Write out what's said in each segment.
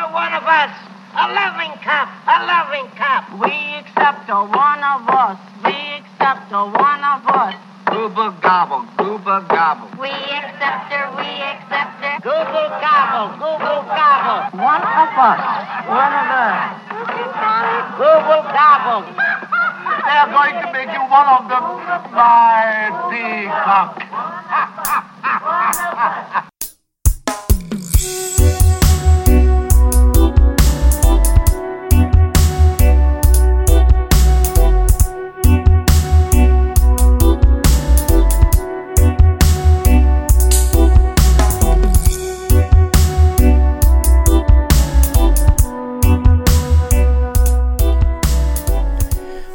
us. A loving cup, a loving cup. We accept a one of us. We accept a one of us. Gooba gobble, gooba gobble. We accept her, we accept her. Google gobble, Google gobble. One of us. One of us. Google gobble. They're going to make you one of them, my peacock.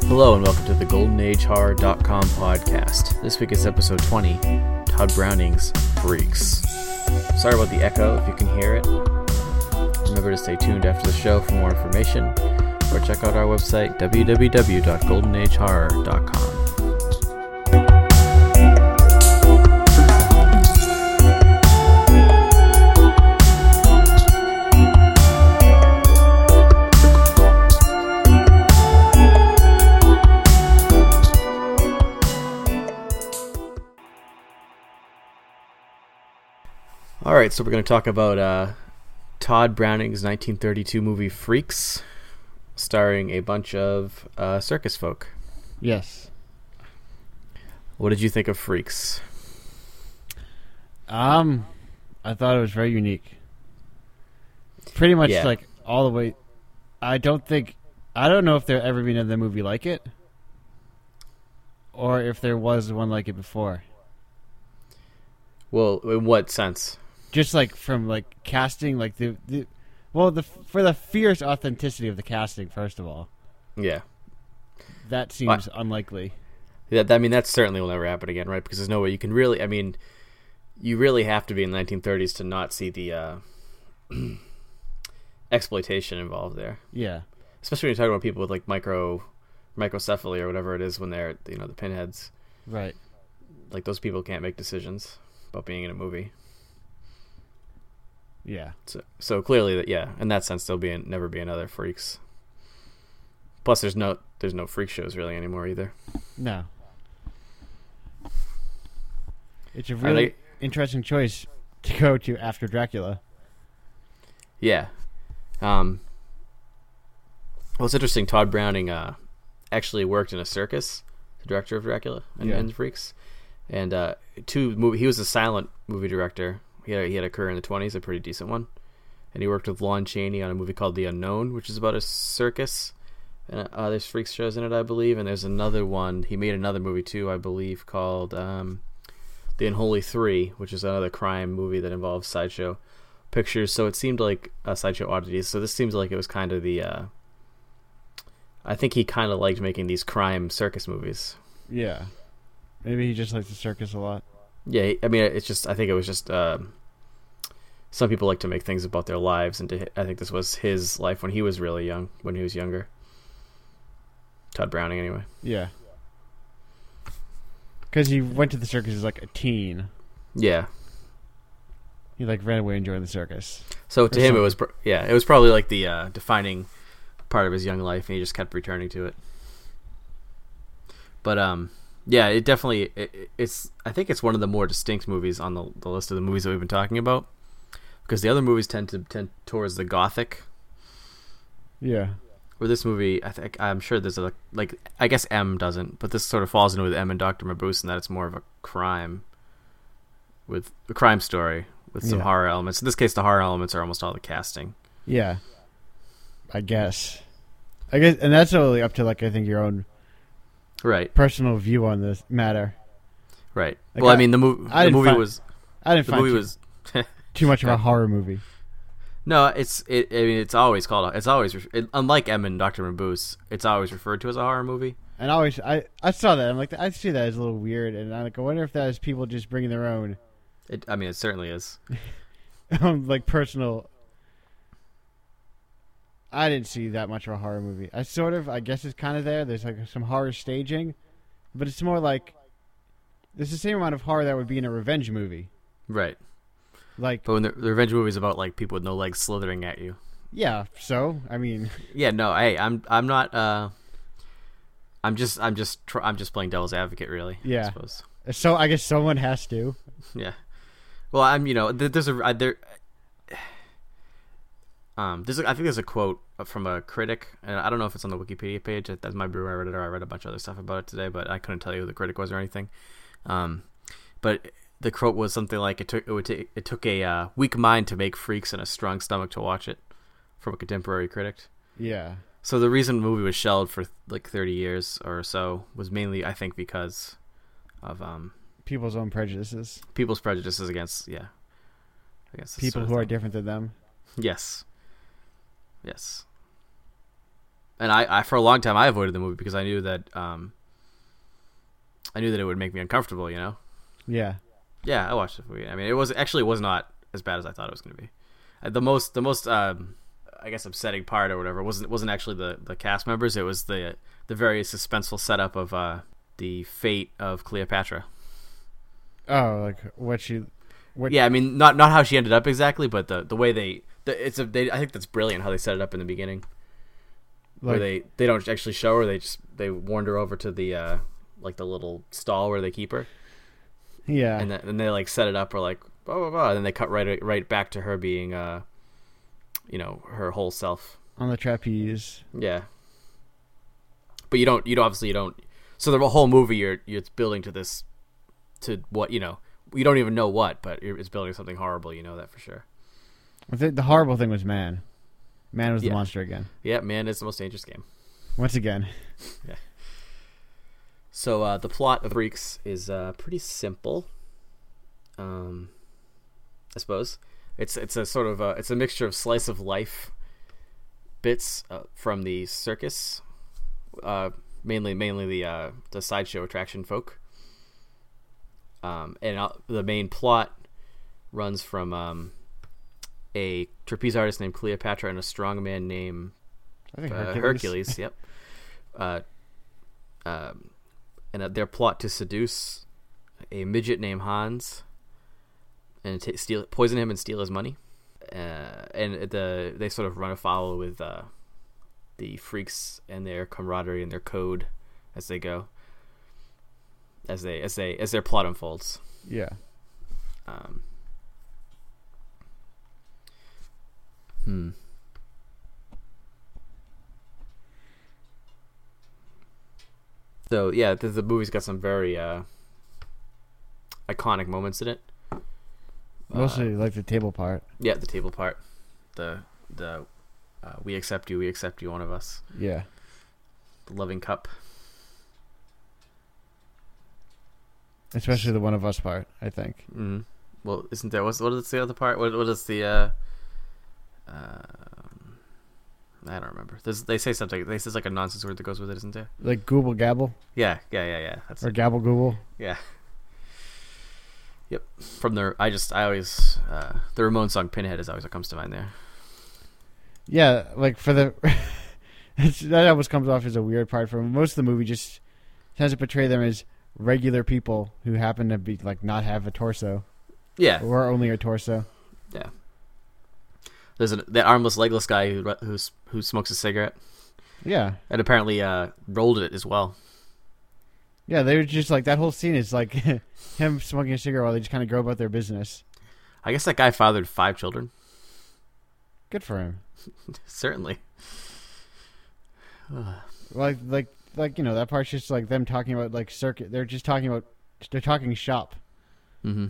Hello and welcome to the GoldenAgeHorror.com podcast. This week is episode 20, Todd Browning's Freaks. Sorry about the echo if you can hear it. Remember to stay tuned after the show for more information or check out our website www.goldenagehorror.com. All right, so we're going to talk about uh, Todd Browning's 1932 movie Freaks, starring a bunch of uh, circus folk. Yes. What did you think of Freaks? Um, I thought it was very unique. Pretty much Yeah. like all the way. I don't think. I don't know if there ever been another movie like it, or if there was one like it before. Well, in what sense? Just like from like casting, like the, the well, the for the fierce authenticity of the casting. First of all, Yeah. that seems unlikely. That, I mean, that certainly will never happen again, right? Because there's no way you can really. I mean, you really have to be in the 1930s to not see the uh, exploitation involved there, Yeah. especially when you're talking about people with like micro microcephaly or whatever it is when they're you know the pinheads. Right. Like those people can't make decisions about being in a movie. Yeah. So, so clearly that yeah, in that sense, there'll be never be another freaks. Plus, there's no there's no freak shows really anymore either. No. It's a Are really they- interesting choice to go to after Dracula. Yeah. Um, well, it's interesting. Todd Browning uh, actually worked in a circus, the director of Dracula and, Yeah. and the Freaks, and uh, two movie. He was a silent movie director. He had a, he had a career in the twenties, a pretty decent one, and he worked with Lon Chaney on a movie called The Unknown, which is about a circus. And uh, there's freaks shows in it, I believe, and there's another one. He made another movie too, I believe, called um, The Unholy Three, which is another crime movie that involves sideshow pictures, so it seemed like a sideshow oddities. So this seems like it was kind of the. Uh, I think he kind of liked making these crime circus movies. Yeah. Maybe he just likes the circus a lot. Yeah, he- I mean, it's just I think it was just um some people like to make things about their lives, and to, hi- I think this was his life when he was really young, when he was younger. Todd Browning, anyway. Yeah. Because he went to the circus as like a teen. Yeah. He like ran away and joined the circus. So to him, it something. was pr- yeah, it was probably like the uh, defining part of his young life, and he just kept returning to it. But um, yeah, it definitely it- it, it's I think it's one of the more distinct movies on the, the list of the movies that we've been talking about because the other movies tend to tend towards the gothic. Yeah. Where this movie, I think I'm sure there's a like I guess M doesn't, but this sort of falls into with M and Doctor Mabuse in that it's more of a crime with a crime story with some Yeah. horror elements. In this case, the horror elements are almost all the casting. Yeah. I guess. I guess, and that's totally up to like I think your own Right. personal view on this matter. Right. Like, well, I, I- mean, the, mov- I the didn't movie find- was I didn't the find movie too, was. too much of a horror movie. no, it's it. I mean, it's always called. It's always re- it, unlike M and Doctor Mabuse. It's always referred to as a horror movie. And I always, I, I saw that. I'm like, I see that as a little weird. And I'm like, I wonder if that is people just bringing their own, It. I mean, it certainly is. own like personal. I didn't see that much of a horror movie. I sort of, I guess it's kind of there. There's like some horror staging, but it's more like it's the same amount of horror that would be in a revenge movie. Right. Like, But when the, the revenge movie is about like people with no legs slithering at you, Yeah. So I mean, Yeah, no, hey, I'm I'm not. Uh, I'm just I'm just tr- I'm just playing devil's advocate, really. I Yeah. suppose. so I guess someone has to. Yeah. Well, I'm you know th- there's a I- there. Um, there's a, I think there's a quote from a critic, and I don't know if it's on the Wikipedia page. That that might be where I read it, or I read a bunch of other stuff about it today, but I couldn't tell you who the critic was or anything. Um, but the quote was something like it took it, would ta- it took a uh, weak mind to make freaks and a strong stomach to watch it, from a contemporary critic. Yeah. So the reason the movie was shelved for like 30 years or so was mainly, I think, because of um, People's own prejudices. people's prejudices against, yeah, against this People sort of who are thing. different than them. yes, yes. And I, I, for a long time, I avoided the movie because I knew that, um, I knew that it would make me uncomfortable. You know, Yeah. yeah, I watched the movie. I mean, it was actually it was not as bad as I thought it was going to be. Uh, The most, the most, um, I guess, upsetting part or whatever wasn't wasn't actually the the cast members. It was the the very suspenseful setup of uh, the fate of Cleopatra. Oh, like what she? What? Yeah, I mean, not not how she ended up exactly, but the the way they the, it's a they I think that's brilliant how they set it up in the beginning. Like, where they they don't actually show her; they just they warned her over to the uh, like the little stall where they keep her. yeah. and then and they like set it up or like blah blah blah, and then they cut right right back to her being uh, you know, her whole self. on the trapeze. Yeah. But you don't you don't obviously you don't. So the whole movie you're you're it's building to this, to what you know you don't even know what, but it- it's building something horrible. You know that for sure. I think the horrible thing was man. Man was Yeah. the monster again. Yeah, man, it's the most dangerous game. Once again. So uh, the plot of Reeks is uh, pretty simple. Um, I suppose it's it's a sort of a, it's a mixture of slice of life bits uh, from the circus, uh, mainly mainly the uh, the sideshow attraction folk. Um, and uh, the main plot runs from um, a trapeze artist named Cleopatra and a strongman named I think uh, Hercules. Hercules. Yep. Uh, um, and uh, their plot to seduce a midget named Hans and t- steal, poison him, and steal his money. Uh, and the they sort of run afoul with uh, the freaks and their camaraderie and their code as they go, as they as they as their plot unfolds. Yeah. Um, hmm. So yeah, the, the movie's got some very uh, iconic moments in it. Mostly like the table part. Yeah, the table part, the the uh, we accept you, we accept you, one of us, Yeah. the loving cup. Especially the one of us part, I think. Mm. Well, isn't there? What's, what is the other part? What, what is the? Uh, um, I don't remember. There's, they say something. They says like a nonsense word that goes with it, isn't there? Like Google Gabble Yeah, yeah, yeah, yeah. That's or it. Gabble Google. yeah. Yep. From the, I just, I always, uh, the Ramon song "Pinhead" is always what comes to mind there. Yeah, like for the it's, that almost comes off as a weird part for most of the movie. Just tends to portray them as regular people who happen to be like not have a torso Yeah, or only a torso. yeah. There's an that armless, legless guy who ru- who's, who smokes a cigarette Yeah, and apparently uh, rolled it as well. yeah. They're just like that whole scene is like him smoking a cigarette while they just kind of go about their business. I guess that guy fathered five children. Good for him. Certainly. Like like like you know that part's just like them talking about like circuit. They're just talking about they're talking shop. Mm-hmm.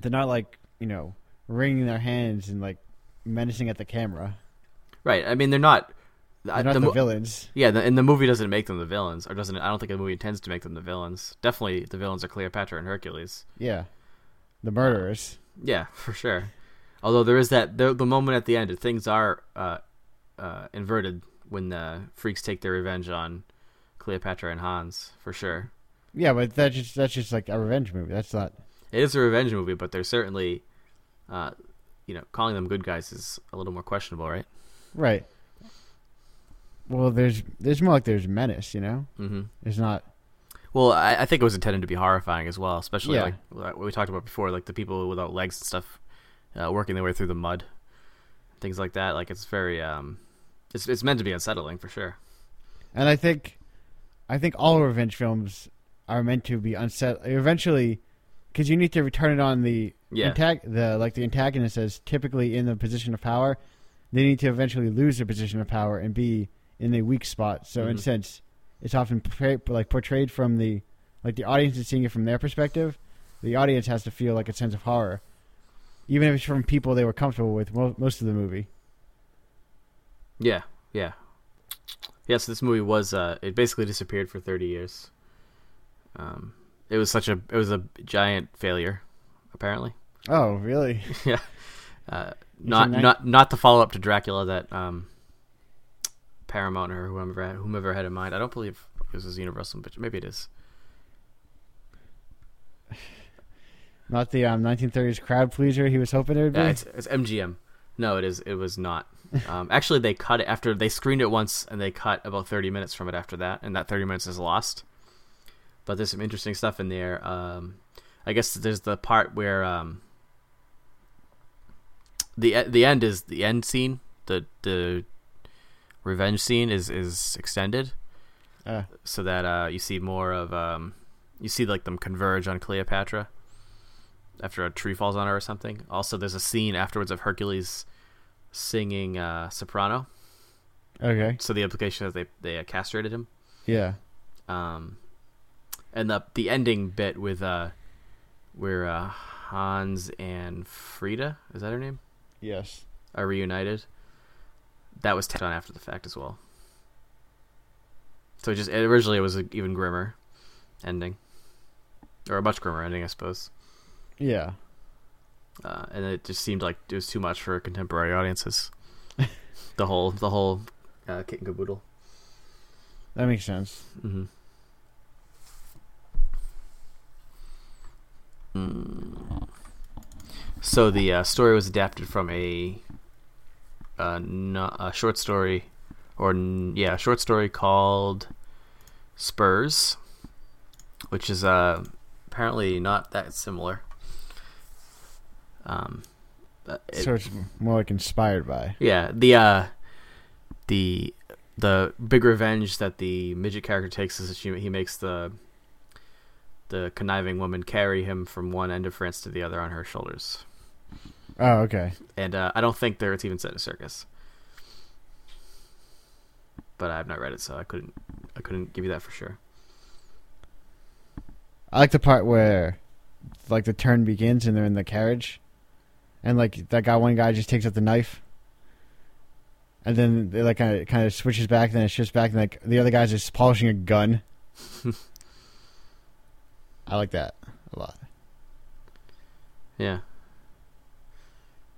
They're not like you know wringing their hands and like menacing at the camera. Right. I mean, they're not. I- They're not the, mo- villains. Yeah, the, and the movie doesn't make them the villains, or doesn't. I don't think the movie intends to make them the villains. Definitely, the villains are Cleopatra and Hercules. Yeah, the murderers. Yeah, for sure. Although there is that the, the moment at the end, things are uh, uh, inverted when the freaks take their revenge on Cleopatra and Hans, for sure. Yeah, but that's just that's just like a revenge movie. That's not. It is a revenge movie, but they're certainly, uh, you know, calling them good guys is a little more questionable, right? Right. Well, there's there's more like there's menace, you know. Mm-hmm. It's not. Well, I, I think it was intended to be horrifying as well, especially Yeah. like what we talked about before, like the people without legs and stuff uh, working their way through the mud. things like that. Like it's very um, it's it's meant to be unsettling for sure. And I think, I think all revenge films are meant to be unset eventually, because you need to turn it on the Yeah. antag- the like the antagonist is typically in the position of power. They need to eventually lose their position of power and be in a weak spot. So in a sense, it's often portray- like portrayed from the like the audience is seeing it from their perspective. The audience has to feel like a sense of horror, even if it's from people they were comfortable with mo- most of the movie. Yeah, yeah, yeah. So this movie was uh, it basically disappeared for thirty years. Um, it was such a it was a giant failure, apparently. Oh, really? yeah, uh, not nine- not not the follow up to Dracula that um, Paramount or whomever whomever had in mind. I don't believe this is Universal, but maybe it is. Not the um, 1930s crowd pleaser he was hoping it would be. Yeah, Uh, it's, it's MGM. No, it is. It was not. Um, actually, they cut it after they screened it once, and they cut about thirty minutes from it after that, and that thirty minutes is lost. But there's some interesting stuff in there. Um, I guess there's the part where um, the e- the end is the end scene. The the revenge scene is is extended Uh, so that uh, you see more of um, you see like them converge on Cleopatra after a tree falls on her or something. Also, there's a scene afterwards of Hercules singing uh, soprano. okay. So the implication is they they uh, castrated him. Yeah. Um, and the the ending bit with uh, where uh, Hans and Frida is that her name Yes. are reunited. That was done after the fact as well. So it just originally it was an even grimmer ending, or a much grimmer ending, I suppose. Yeah. Uh, and it just seemed like it was too much for contemporary audiences. the whole, the whole uh, kit and caboodle. That makes sense. Mm-hmm. So the uh, story was adapted from a, uh, no- a short story, or n- yeah, a short story called Spurs, which is uh, apparently not that similar. Um, uh, it- so it's more like inspired by. yeah, the uh, the the big revenge that the midget character takes is that she, he makes the the conniving woman carry him from one end of France to the other on her shoulders, Oh, okay. and uh, I don't think there it's even set in a circus. But I've not read it, so I couldn't I couldn't give you that for sure. I like the part where, like, the turn begins and they're in the carriage, and like that guy, one guy just takes out the knife, and then they like kind of kind of switches back, and then it shifts back, and like the other guy's just polishing a gun. I like that a lot. Yeah.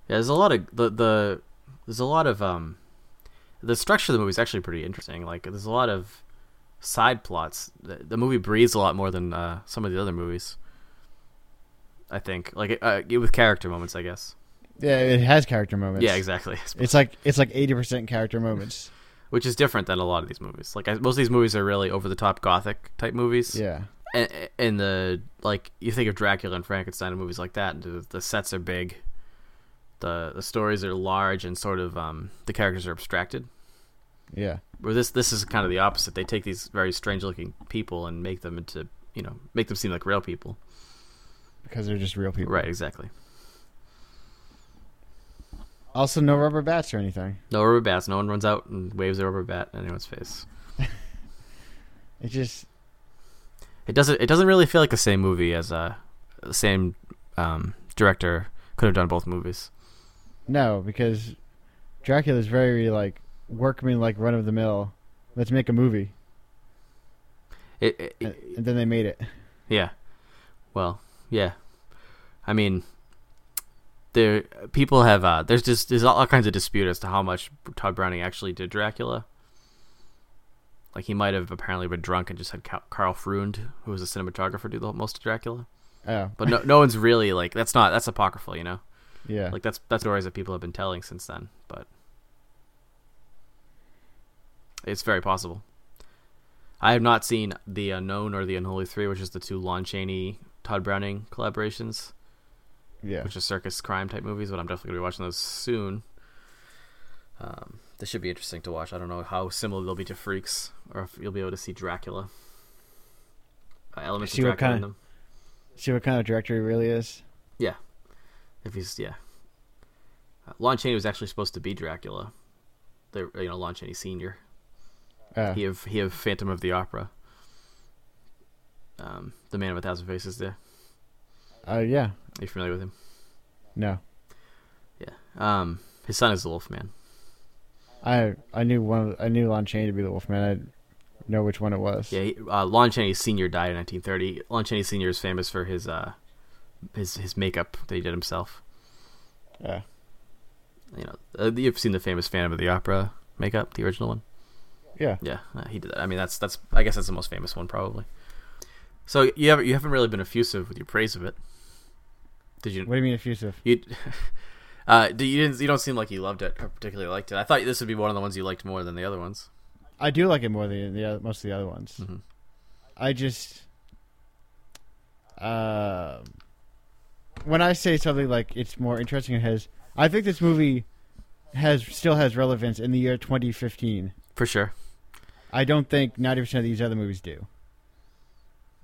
Yeah, there's a lot of the the there's a lot of um the structure of the movie is actually pretty interesting. Like there's a lot of side plots. The, the movie breathes a lot more than uh, some of the other movies. I think like uh, with character moments, I guess. Yeah, it has character moments. yeah, exactly. It's like it's like eighty percent character moments. Which is different than a lot of these movies. Like I, most of these movies are really over the top gothic type movies. Yeah. and, and the like you think of Dracula and Frankenstein and movies like that, and the, the sets are big, the the stories are large, and sort of um, the characters are abstracted. Yeah. Where this this is kind of the opposite. They take these very strange looking people and make them into you know make them seem like real people. Because they're just real people. Right, exactly. Also, no rubber bats or anything. No rubber bats. No one runs out and waves a rubber bat in anyone's face. It just It doesn't. It doesn't really feel like the same movie as uh, the same um, director could have done both movies. no because Dracula's very like workman like run of the mill. Let's make a movie, It, it, and, and then they made it. Yeah. Well, yeah. I mean, there people have uh, there's just there's all kinds of dispute as to how much Todd Browning actually did Dracula. Like he might have apparently been drunk and just had Ca- Carl Freund, who was a cinematographer, do the most of Dracula. Oh, But no, no one's really like that's not that's apocryphal, you know. yeah, Like that's that's stories that people have been telling since then, but it's very possible. I have not seen the Unknown or the Unholy Three, which is the two Lon Chaney, Todd Browning collaborations, yeah. which is circus crime type movies. But I'm definitely gonna be watching those soon. Um, this should be interesting to watch. I don't know how similar they'll be to Freaks, or if you'll be able to see Dracula. Uh, elements See of what Dracula in kinda- them. See what kind of director he really is. Yeah, if he's yeah. Uh, Lon Chaney was actually supposed to be Dracula. The you know Lon Chaney Senior. Uh, He of he of Phantom of the Opera. Um, the Man of a Thousand Faces. There, uh, yeah. are you familiar with him? No, Um, his son is the Wolfman. I I knew one. Of, I knew Lon Chaney to be the Wolfman. I didn't know which one it was. Yeah, he, uh, Lon Chaney Senior died in 1930. Lon Chaney Senior is famous for his uh, his his makeup that he did himself. Yeah. You know, uh, you've seen the famous Phantom of the Opera makeup, the original one. Yeah. Yeah, uh, he did that. I mean, that's that's I guess that's the most famous one probably. So you haven't you haven't really been effusive with your praise of it. Did you? What do you mean effusive? You, uh, do you didn't you don't seem like you loved it or particularly liked it. I thought this would be one of the ones you liked more than the other ones. I do like it more than the other, most of the other ones. I just, uh, when I say something like it's more interesting, it has. I think this movie has still has relevance in the year 2015. For sure. I don't think 90 percent of these other movies do.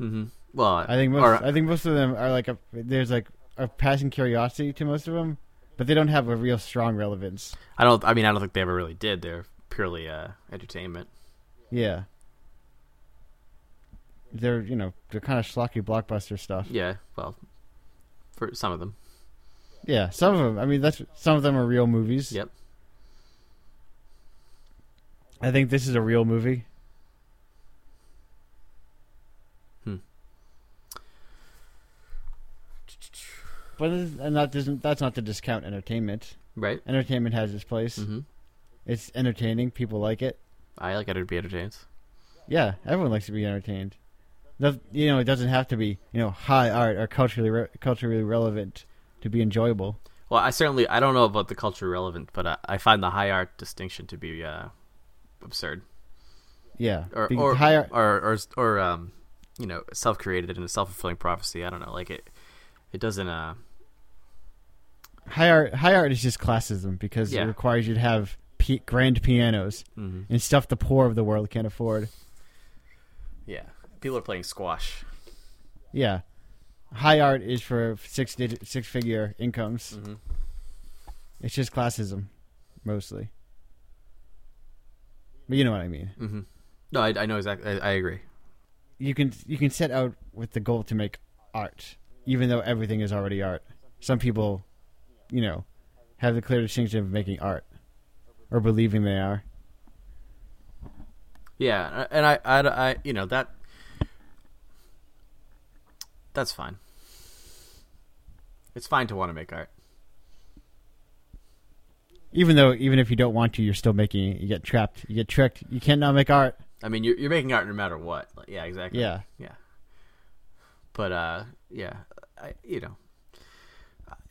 Mm-hmm. Well, I think most. or- I think most of them are like a, there's like a passing curiosity to most of them, but they don't have a real strong relevance. I don't. I mean, I don't think they ever really did. They're purely uh, entertainment. Yeah. They're you know they're kind of schlocky blockbuster stuff. Yeah. Well, for some of them. Yeah, some of them. I mean, that's some of them are real movies. Yep. I think this is a real movie. Hmm. But it's- and that doesn't that's not to discount entertainment. Right. Entertainment has its place. Mhm. It's entertaining. People like it. I like it to be entertained. Yeah, everyone likes to be entertained. Noth- you know, it doesn't have to be you know high art or culturally re- culturally relevant to be enjoyable. Well, I certainly. I don't know about the culture relevant, but I, I find the high art distinction to be uh, absurd. Yeah, Or Be- or, high art. or or or um, you know, self created and a self fulfilling prophecy. I don't know. Like it. It doesn't. Uh. High art, high art is just classism because Yeah. it requires you to have pi- grand pianos and stuff the poor of the world can't afford. Yeah. People are playing squash. Yeah, high art is for six digit, six figure incomes. It's just classism, mostly. But you know what I mean. No, I, I know exactly. I, I agree. You can you can set out with the goal to make art, even though everything is already art. Some people, you know, have the clear distinction of making art or believing they are. Yeah, and I, I, I, you know that. That's fine. It's fine to want to make art. even though even if you don't want to, you're still making it. You get trapped. You get tricked. You can't not make art. I mean, you're you're making art no matter what. Like, yeah, exactly. Yeah. yeah. But uh, yeah, I, you know,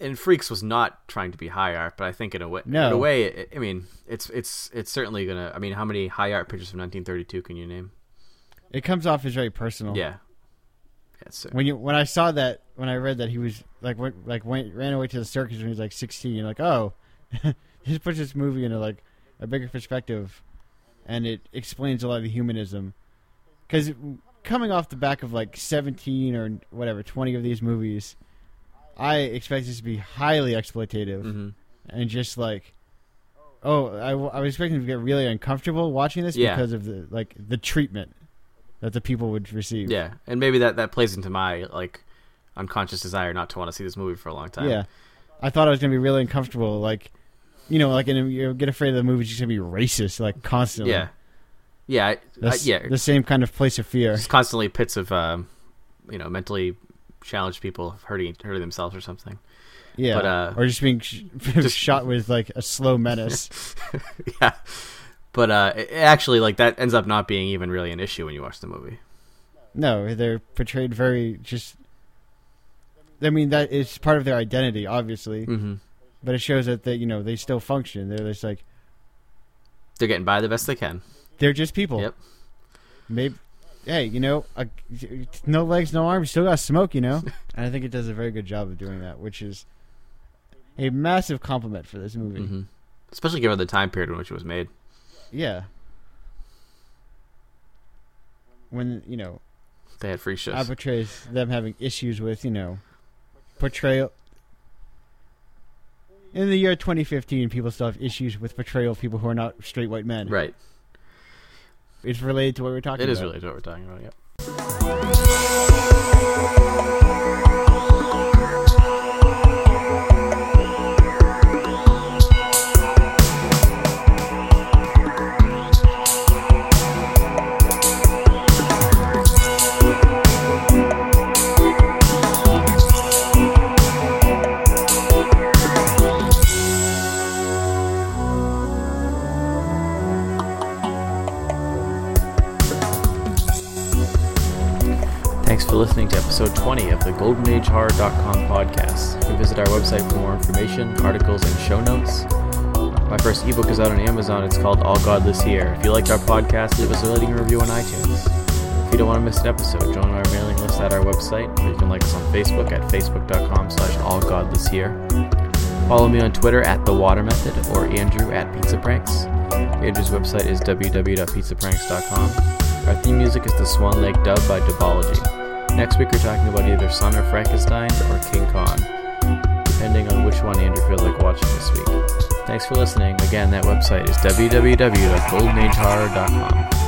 and Freaks was not trying to be high art, but I think in a way, No. in a way, it, I mean, it's it's it's certainly gonna. I mean, how many high art pictures from 1932 can you name? It comes off as very personal. Yeah. Yes, sir. When you when I saw that when I read that he was like went like went ran away to the circus when he was like 16. You're like, oh, this puts this movie into like a bigger perspective, and it explains a lot of the humanism. Because coming off the back of like 17 or whatever 20 of these movies, I expect this to be highly exploitative. Mhm. and just like oh I, w- I was expecting to get really uncomfortable watching this Yeah. because of the like the treatment that the people would receive Yeah, and maybe that that plays into my like unconscious desire not to want to see this movie for a long time. yeah i thought i was gonna be really uncomfortable like you know like and you get afraid of the movie's just gonna be racist like constantly yeah, yeah, I, I, That's yeah. the same kind of place of fear Just constantly pits of um, you know mentally challenged people hurting hurting themselves or something. yeah but, uh, or just being sh- shot with like a slow menace yeah, but uh, it, it actually like that ends up not being even really an issue when you watch the movie. No, they're portrayed very just. I mean, that is part of their identity, obviously, Mhm. but it shows that they, you know, they still function. They're just like They're getting by the best they can. they're just people. Yep. Maybe, hey, you know, a, no legs, no arms, still got smoke, you know. and I think it does a very good job of doing that, which is a massive compliment for this movie. Mhm. especially given the time period in which it was made. Yeah. When you know They had free shifts. that portrays them having issues with you know portrayal. In the year 2015, people still have issues with portrayal of people who are not straight white men. right. It's related to what we're talking It about. is related to what we're talking about. Yep. Thanks for listening to episode 20 of the GoldenAgeHorror.com podcast. You can visit our website for more information, articles, and show notes. My first ebook is out on Amazon. It's called All God This Year. If you liked our podcast, leave us a rating and review on iTunes. If you don't want to miss an episode, join our mailing list at our website, or you can like us on Facebook at facebook.com slash all God this year. Follow me on Twitter at The Water Method or Andrew at Pizza Pranks. Andrew's website is www.pizzapranks.com. Our theme music is The Swan Lake Dub by Dubology. Next week we're talking about either Son of Frankenstein or King Kong, depending on which one Andrew feels like watching this week. Thanks for listening. Again, that website is www.goldenagehorror.com.